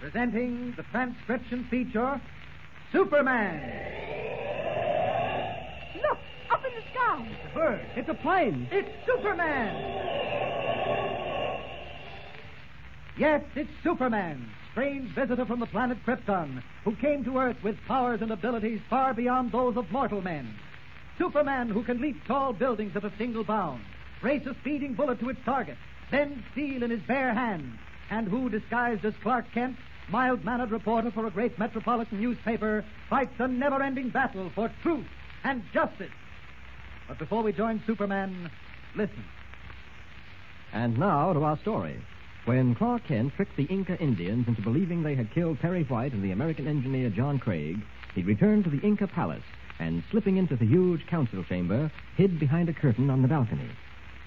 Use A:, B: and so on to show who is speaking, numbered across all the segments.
A: Presenting the transcription feature Superman.
B: Look, up in the sky.
A: It's a bird. It's a plane. It's Superman. Yes, it's Superman, strange visitor from the planet Krypton, who came to Earth with powers and abilities far beyond those of mortal men. Superman who can leap tall buildings at a single bound, race a speeding bullet to its target, bend steel in his bare hands, and who, disguised as Clark Kent, mild mannered reporter for a great metropolitan newspaper, fights a never ending battle for truth and justice. But before we join Superman, listen.
C: And now to our story. When Clark Kent tricked the Inca Indians into believing they had killed Perry White and the American engineer John Craig, he returned to the Inca Palace and, slipping into the huge council chamber, hid behind a curtain on the balcony.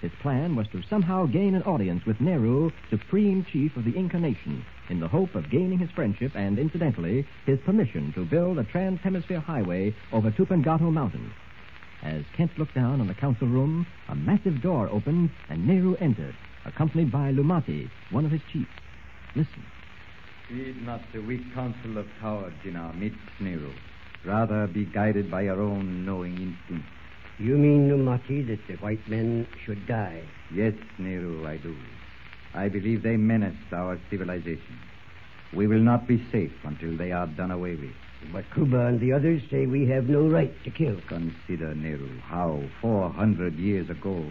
C: His plan was to somehow gain an audience with Nehru, supreme chief of the Inca nation, in the hope of gaining his friendship and, incidentally, his permission to build a trans-hemisphere highway over Tupangato Mountain. As Kent looked down on the council room, a massive door opened and Nehru entered, accompanied by Lumati, one of his chiefs. Listen.
D: Feed not the weak counsel of cowards in our midst, Nero. Rather be guided by your own knowing instinct.
E: You mean, Numati, that the white men should die?
D: Yes, Nero, I do. I believe they menace our civilization. We will not be safe until they are done away with.
E: But Cuba and the others say we have no right to kill.
D: Consider, Nero, how 400 years ago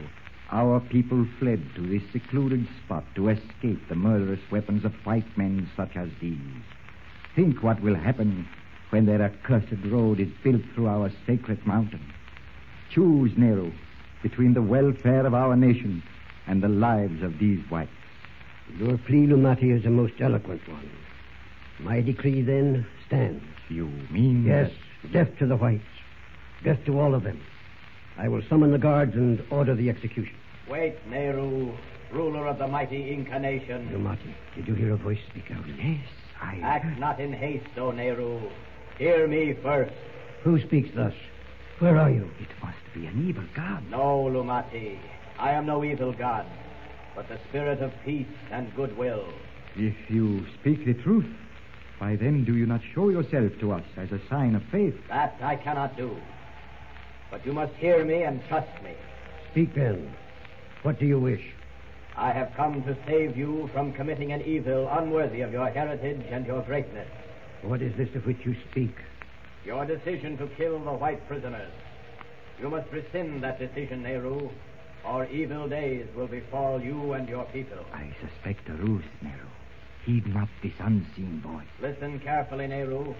D: our people fled to this secluded spot to escape the murderous weapons of white men such as these. Think what will happen when their accursed road is built through our sacred mountain. Choose, Nero, between the welfare of our nation and the lives of these whites.
E: Your plea, Lumati, is a most eloquent one. My decree, then, stands.
D: You mean
E: Yes, death to the whites. Death to all of them. I will summon the guards and order the execution.
F: Wait, Nehru, ruler of the mighty incarnation.
E: Lumati, did you hear a voice speak out? Yes,
F: Act not in haste, O Nehru. Hear me first.
E: Who speaks thus? Where are you?
C: It must be an evil god.
F: No, Lumati. I am no evil god, but the spirit of peace and goodwill.
D: If you speak the truth, why then do you not show yourself to us as a sign of faith?
F: That I cannot do. But you must hear me and trust me.
E: Speak then. What do you wish?
F: I have come to save you from committing an evil unworthy of your heritage and your greatness.
E: What is this of which you speak?
F: Your decision to kill the white prisoners. You must rescind that decision, Nehru, or evil days will befall you and your people.
D: I suspect a ruse, Nero. Heed not this unseen voice.
F: Listen carefully, Nehru.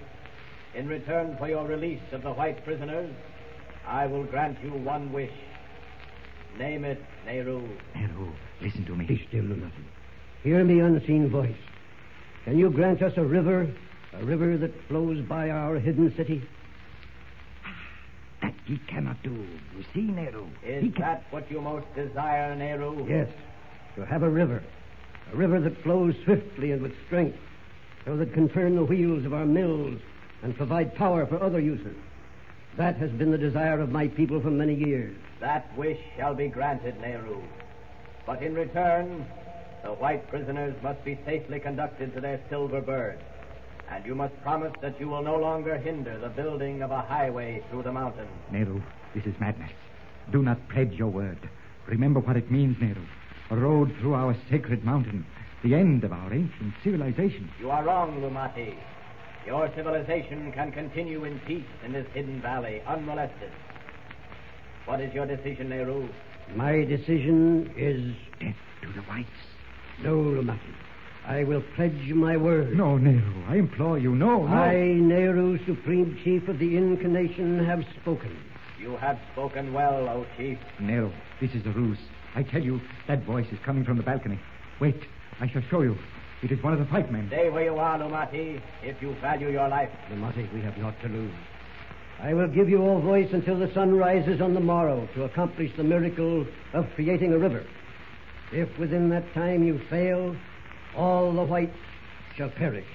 F: In return for your release of the white prisoners, I will grant you one wish. Name it, Nehru.
D: Nero, listen to
E: Be still, Lumati. Hear me, unseen voice. Can you grant us a river, a river that flows by our hidden city?
D: That he cannot do. You see, Nero.
F: Is that what you most desire, Nehru?
E: Yes, to have a river, a river that flows swiftly and with strength, so that can turn the wheels of our mills and provide power for other uses. That has been the desire of my people for many years.
F: That wish shall be granted, Nehru. But in return, the white prisoners must be safely conducted to their silver bird. And you must promise that you will no longer hinder the building of a highway through the mountains.
D: Nero, this is madness. Do not pledge your word. Remember what it means, Nero. A road through our sacred mountain, the end of our ancient civilization.
F: You are wrong, Lumati. Your civilization can continue in peace in this hidden valley, unmolested. What is your decision, Nehru?
E: My decision is
D: Death to the whites.
E: no, Lumati. I will pledge my word.
D: No, Nero, I implore you, no, no.
E: I, Nehru, Supreme Chief of the Incarnation, have spoken.
F: You have spoken well, O chief.
D: Nero, this is a ruse. I tell you, that voice is coming from the balcony. Wait, I shall show you.
G: It is one of the white men.
F: Stay where you are, Lumati, if you value your life.
E: Lamati, we have naught to lose. I will give you all voice until the sun rises on the morrow to accomplish the miracle of creating a river. If within that time you fail, all the whites shall perish.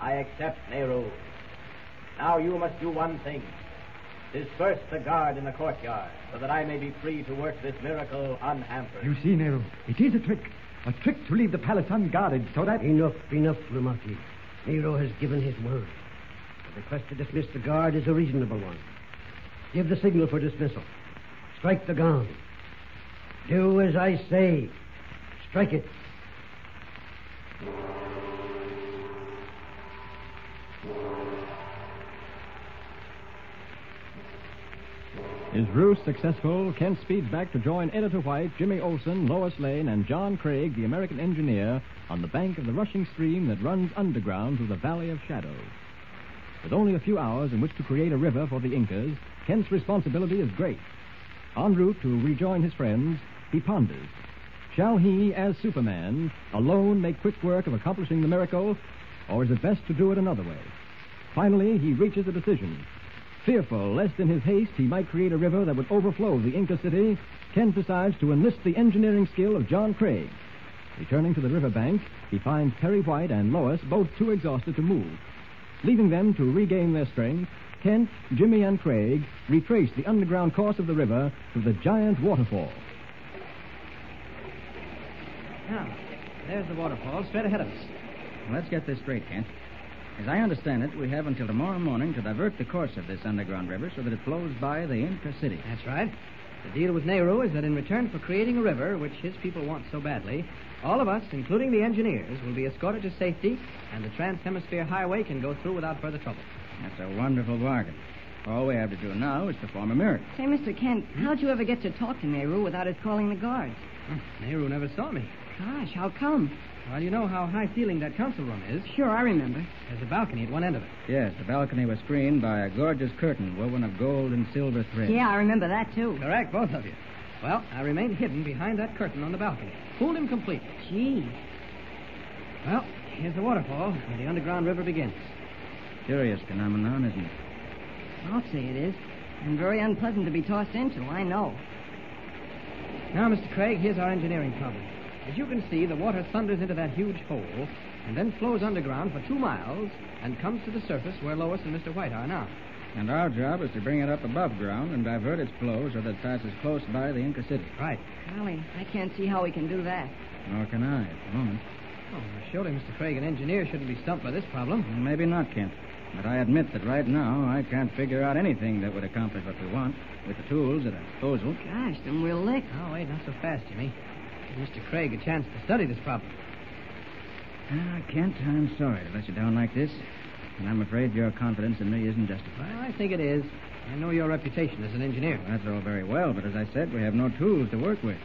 F: I accept, Nehru. Now you must do one thing. Disperse the guard in the courtyard so that I may be free to work this miracle unhampered.
G: You see, Nero, it is a trick. A trick to leave the palace unguarded so that.
E: Enough, enough, Lamati. Nero has given his word. The request to dismiss the guard is a reasonable one. Give the signal for dismissal. Strike the gong. Do as I say. Strike it.
H: Is ruse successful? Kent speeds back to join Editor White, Jimmy Olsen, Lois Lane, and John Craig, the American engineer, on the bank of the rushing stream that runs underground through the Valley of Shadows. With only a few hours in which to create a river for the Incas, Kent's responsibility is great. En route to rejoin his friends, he ponders. Shall he, as Superman, alone make quick work of accomplishing the miracle, or is it best to do it another way? Finally, he reaches a decision. Fearful lest in his haste he might create a river that would overflow the Inca city, Kent decides to enlist the engineering skill of John Craig. Returning to the riverbank, he finds Perry White and Lois both too exhausted to move. Leaving them to regain their strength, Kent, Jimmy, and Craig retrace the underground course of the river to the giant waterfall.
C: Now, there's the waterfall straight ahead of us.
D: Let's get this straight, Kent. As I understand it, we have until tomorrow morning to divert the course of this underground river so that it flows by the Inca city.
C: That's right. The deal with Nehru is that in return for creating a river, which his people want so badly, all of us, including the engineers, will be escorted to safety, and the Trans-Hemisphere Highway can go through without further trouble.
D: That's a wonderful bargain. All we have to do now is perform a miracle.
I: Say, Mr. Kent, how'd you ever get to talk to Nehru without his calling the guards?
C: Nehru never saw me.
I: Gosh, how come?
C: Well, you know how high ceiling that council room is.
I: Sure, I remember.
C: There's a balcony at one end of it.
D: Yes, the balcony was screened by a gorgeous curtain woven of gold and silver thread.
I: Yeah, I remember that, too.
C: Correct, both of you. Well, I remained hidden behind that curtain on the balcony. Fooled him completely.
I: Gee.
C: Well, here's the waterfall where the underground river begins.
D: Curious phenomenon, isn't it?
I: I'll say it is. And very unpleasant to be tossed into, I know.
C: Now, Mr. Craig, here's our engineering problem. As you can see, the water thunders into that huge hole and then flows underground for two miles and comes to the surface where Lois and Mr. White are now.
D: And our job is to bring it up above ground and divert its flow so that it passes close by the Inca city.
C: Right.
I: Golly, I can't see how we can do that.
D: Nor can I at the moment.
C: Oh, surely, Mr. Craig, an engineer shouldn't be stumped by this problem.
D: Maybe not, Kent. But I admit that right now I can't figure out anything that would accomplish what we want with the tools at our disposal.
I: Gosh, then we're licked.
C: Oh, wait, not so fast, Jimmy. Give Mr. Craig a chance to study this problem.
D: Ah, Kent, I'm sorry to let you down like this. And I'm afraid your confidence in me isn't
C: Well,
D: justified.
C: I think it is. I know your reputation as an engineer.
D: That's all very well, but as I said, we have no tools to work with.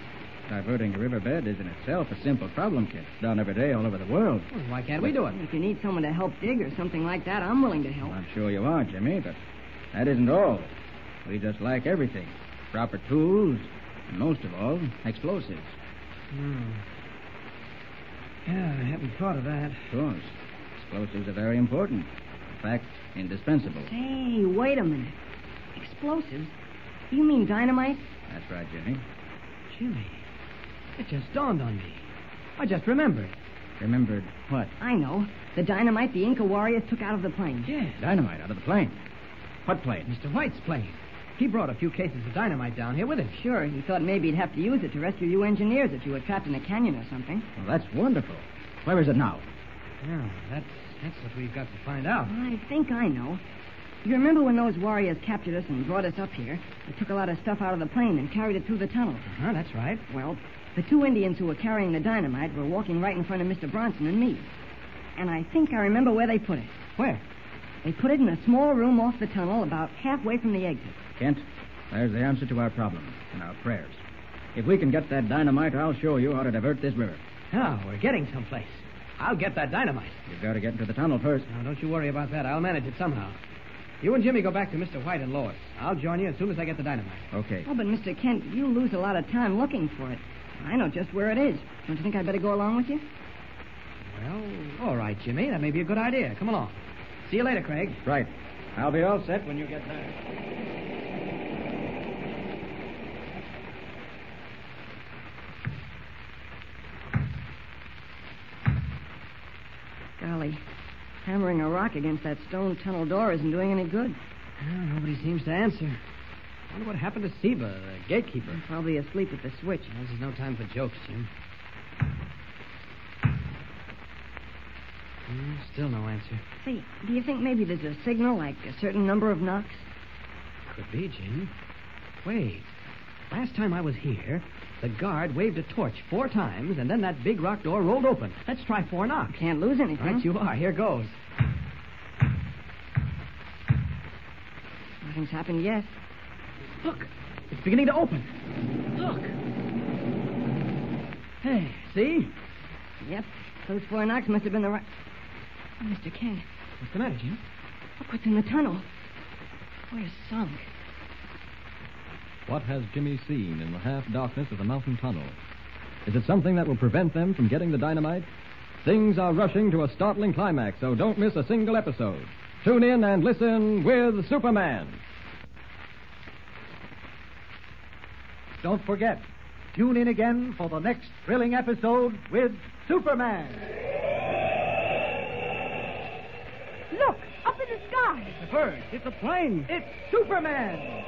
D: Diverting a riverbed is in itself a simple problem, Kent. It's done every day all over the world.
C: Well, why can't we do it?
I: If you need someone to help dig or something like that, I'm willing to help.
D: I'm sure you are, Jimmy, but that isn't all. We just lack everything proper tools, and most of all, explosives.
C: Hmm. Yeah, I haven't thought of that.
D: Of course, explosives are very important. In fact, indispensable.
I: Hey, wait a minute. Explosives? You mean dynamite?
D: That's right, Jimmy.
C: Jimmy, it just dawned on me. I just remembered.
D: Remembered what?
I: I know. The dynamite the Inca warriors took out of the plane.
C: Yes.
D: Dynamite out of the plane. What plane?
C: Mr. White's plane. He brought a few cases of dynamite down here with him.
I: Sure, he thought maybe he'd have to use it to rescue you engineers if you were trapped in a canyon or something.
D: Well, that's wonderful. Where is it now?
C: Yeah, that's that's what we've got to find out.
I: I think I know. You remember when those warriors captured us and brought us up here? They took a lot of stuff out of the plane and carried it through the tunnel.
C: Huh, Uh-huh, that's right.
I: Well, the two Indians who were carrying the dynamite were walking right in front of Mr. Bronson and me. And I think I remember where they put it.
C: Where?
I: They put it in a small room off the tunnel about halfway from the exit.
D: Kent, there's the answer to our problem and our prayers. If we can get that dynamite, I'll show you how to divert this river.
C: Oh, we're getting someplace. I'll get that dynamite.
D: You've got to get into the tunnel first.
C: Now, don't you worry about that. I'll manage it somehow. You and Jimmy go back to Mr. White and Lois. I'll join you as soon as I get the dynamite.
D: Okay.
I: Oh, but Mr. Kent, you lose a lot of time looking for it. I know just where it is. Don't you think I'd better go along with you?
C: Well, all right, Jimmy. That may be a good idea. Come along. See you later, Craig.
J: Right. I'll be all set when you get back.
I: Golly, hammering a rock against that stone tunnel door isn't doing any good.
C: Well, nobody seems to answer. Wonder what happened to Seba, the gatekeeper.
I: Probably asleep at the switch.
C: Well, this is no time for jokes, Jim. Hmm, Still no answer.
I: Say, do you think maybe there's a signal, like a certain number of knocks?
C: Could be, Jim. Wait. Last time I was here, the guard waved a torch four times, and then that big rock door rolled open. Let's try four knocks.
I: Can't lose anything.
D: Hmm?
C: Right you are. Here goes.
I: Nothing's happened yet.
C: Look, it's beginning to open. Look. Hey, see?
I: Yep, those four knocks must have been the right. Oh, Mr. Kent,
C: What's the matter, Jim?
I: look what's in the tunnel. We're sunk.
D: What has Jimmy seen in the half darkness of the mountain tunnel? Is it something that will prevent them from getting the dynamite? Things are rushing to a startling climax, so don't miss a single episode. Tune in and listen with Superman.
K: Don't forget, tune in again for the next thrilling episode with Superman.
I: Look, up in the sky.
C: It's a bird. It's a plane.
K: It's Superman!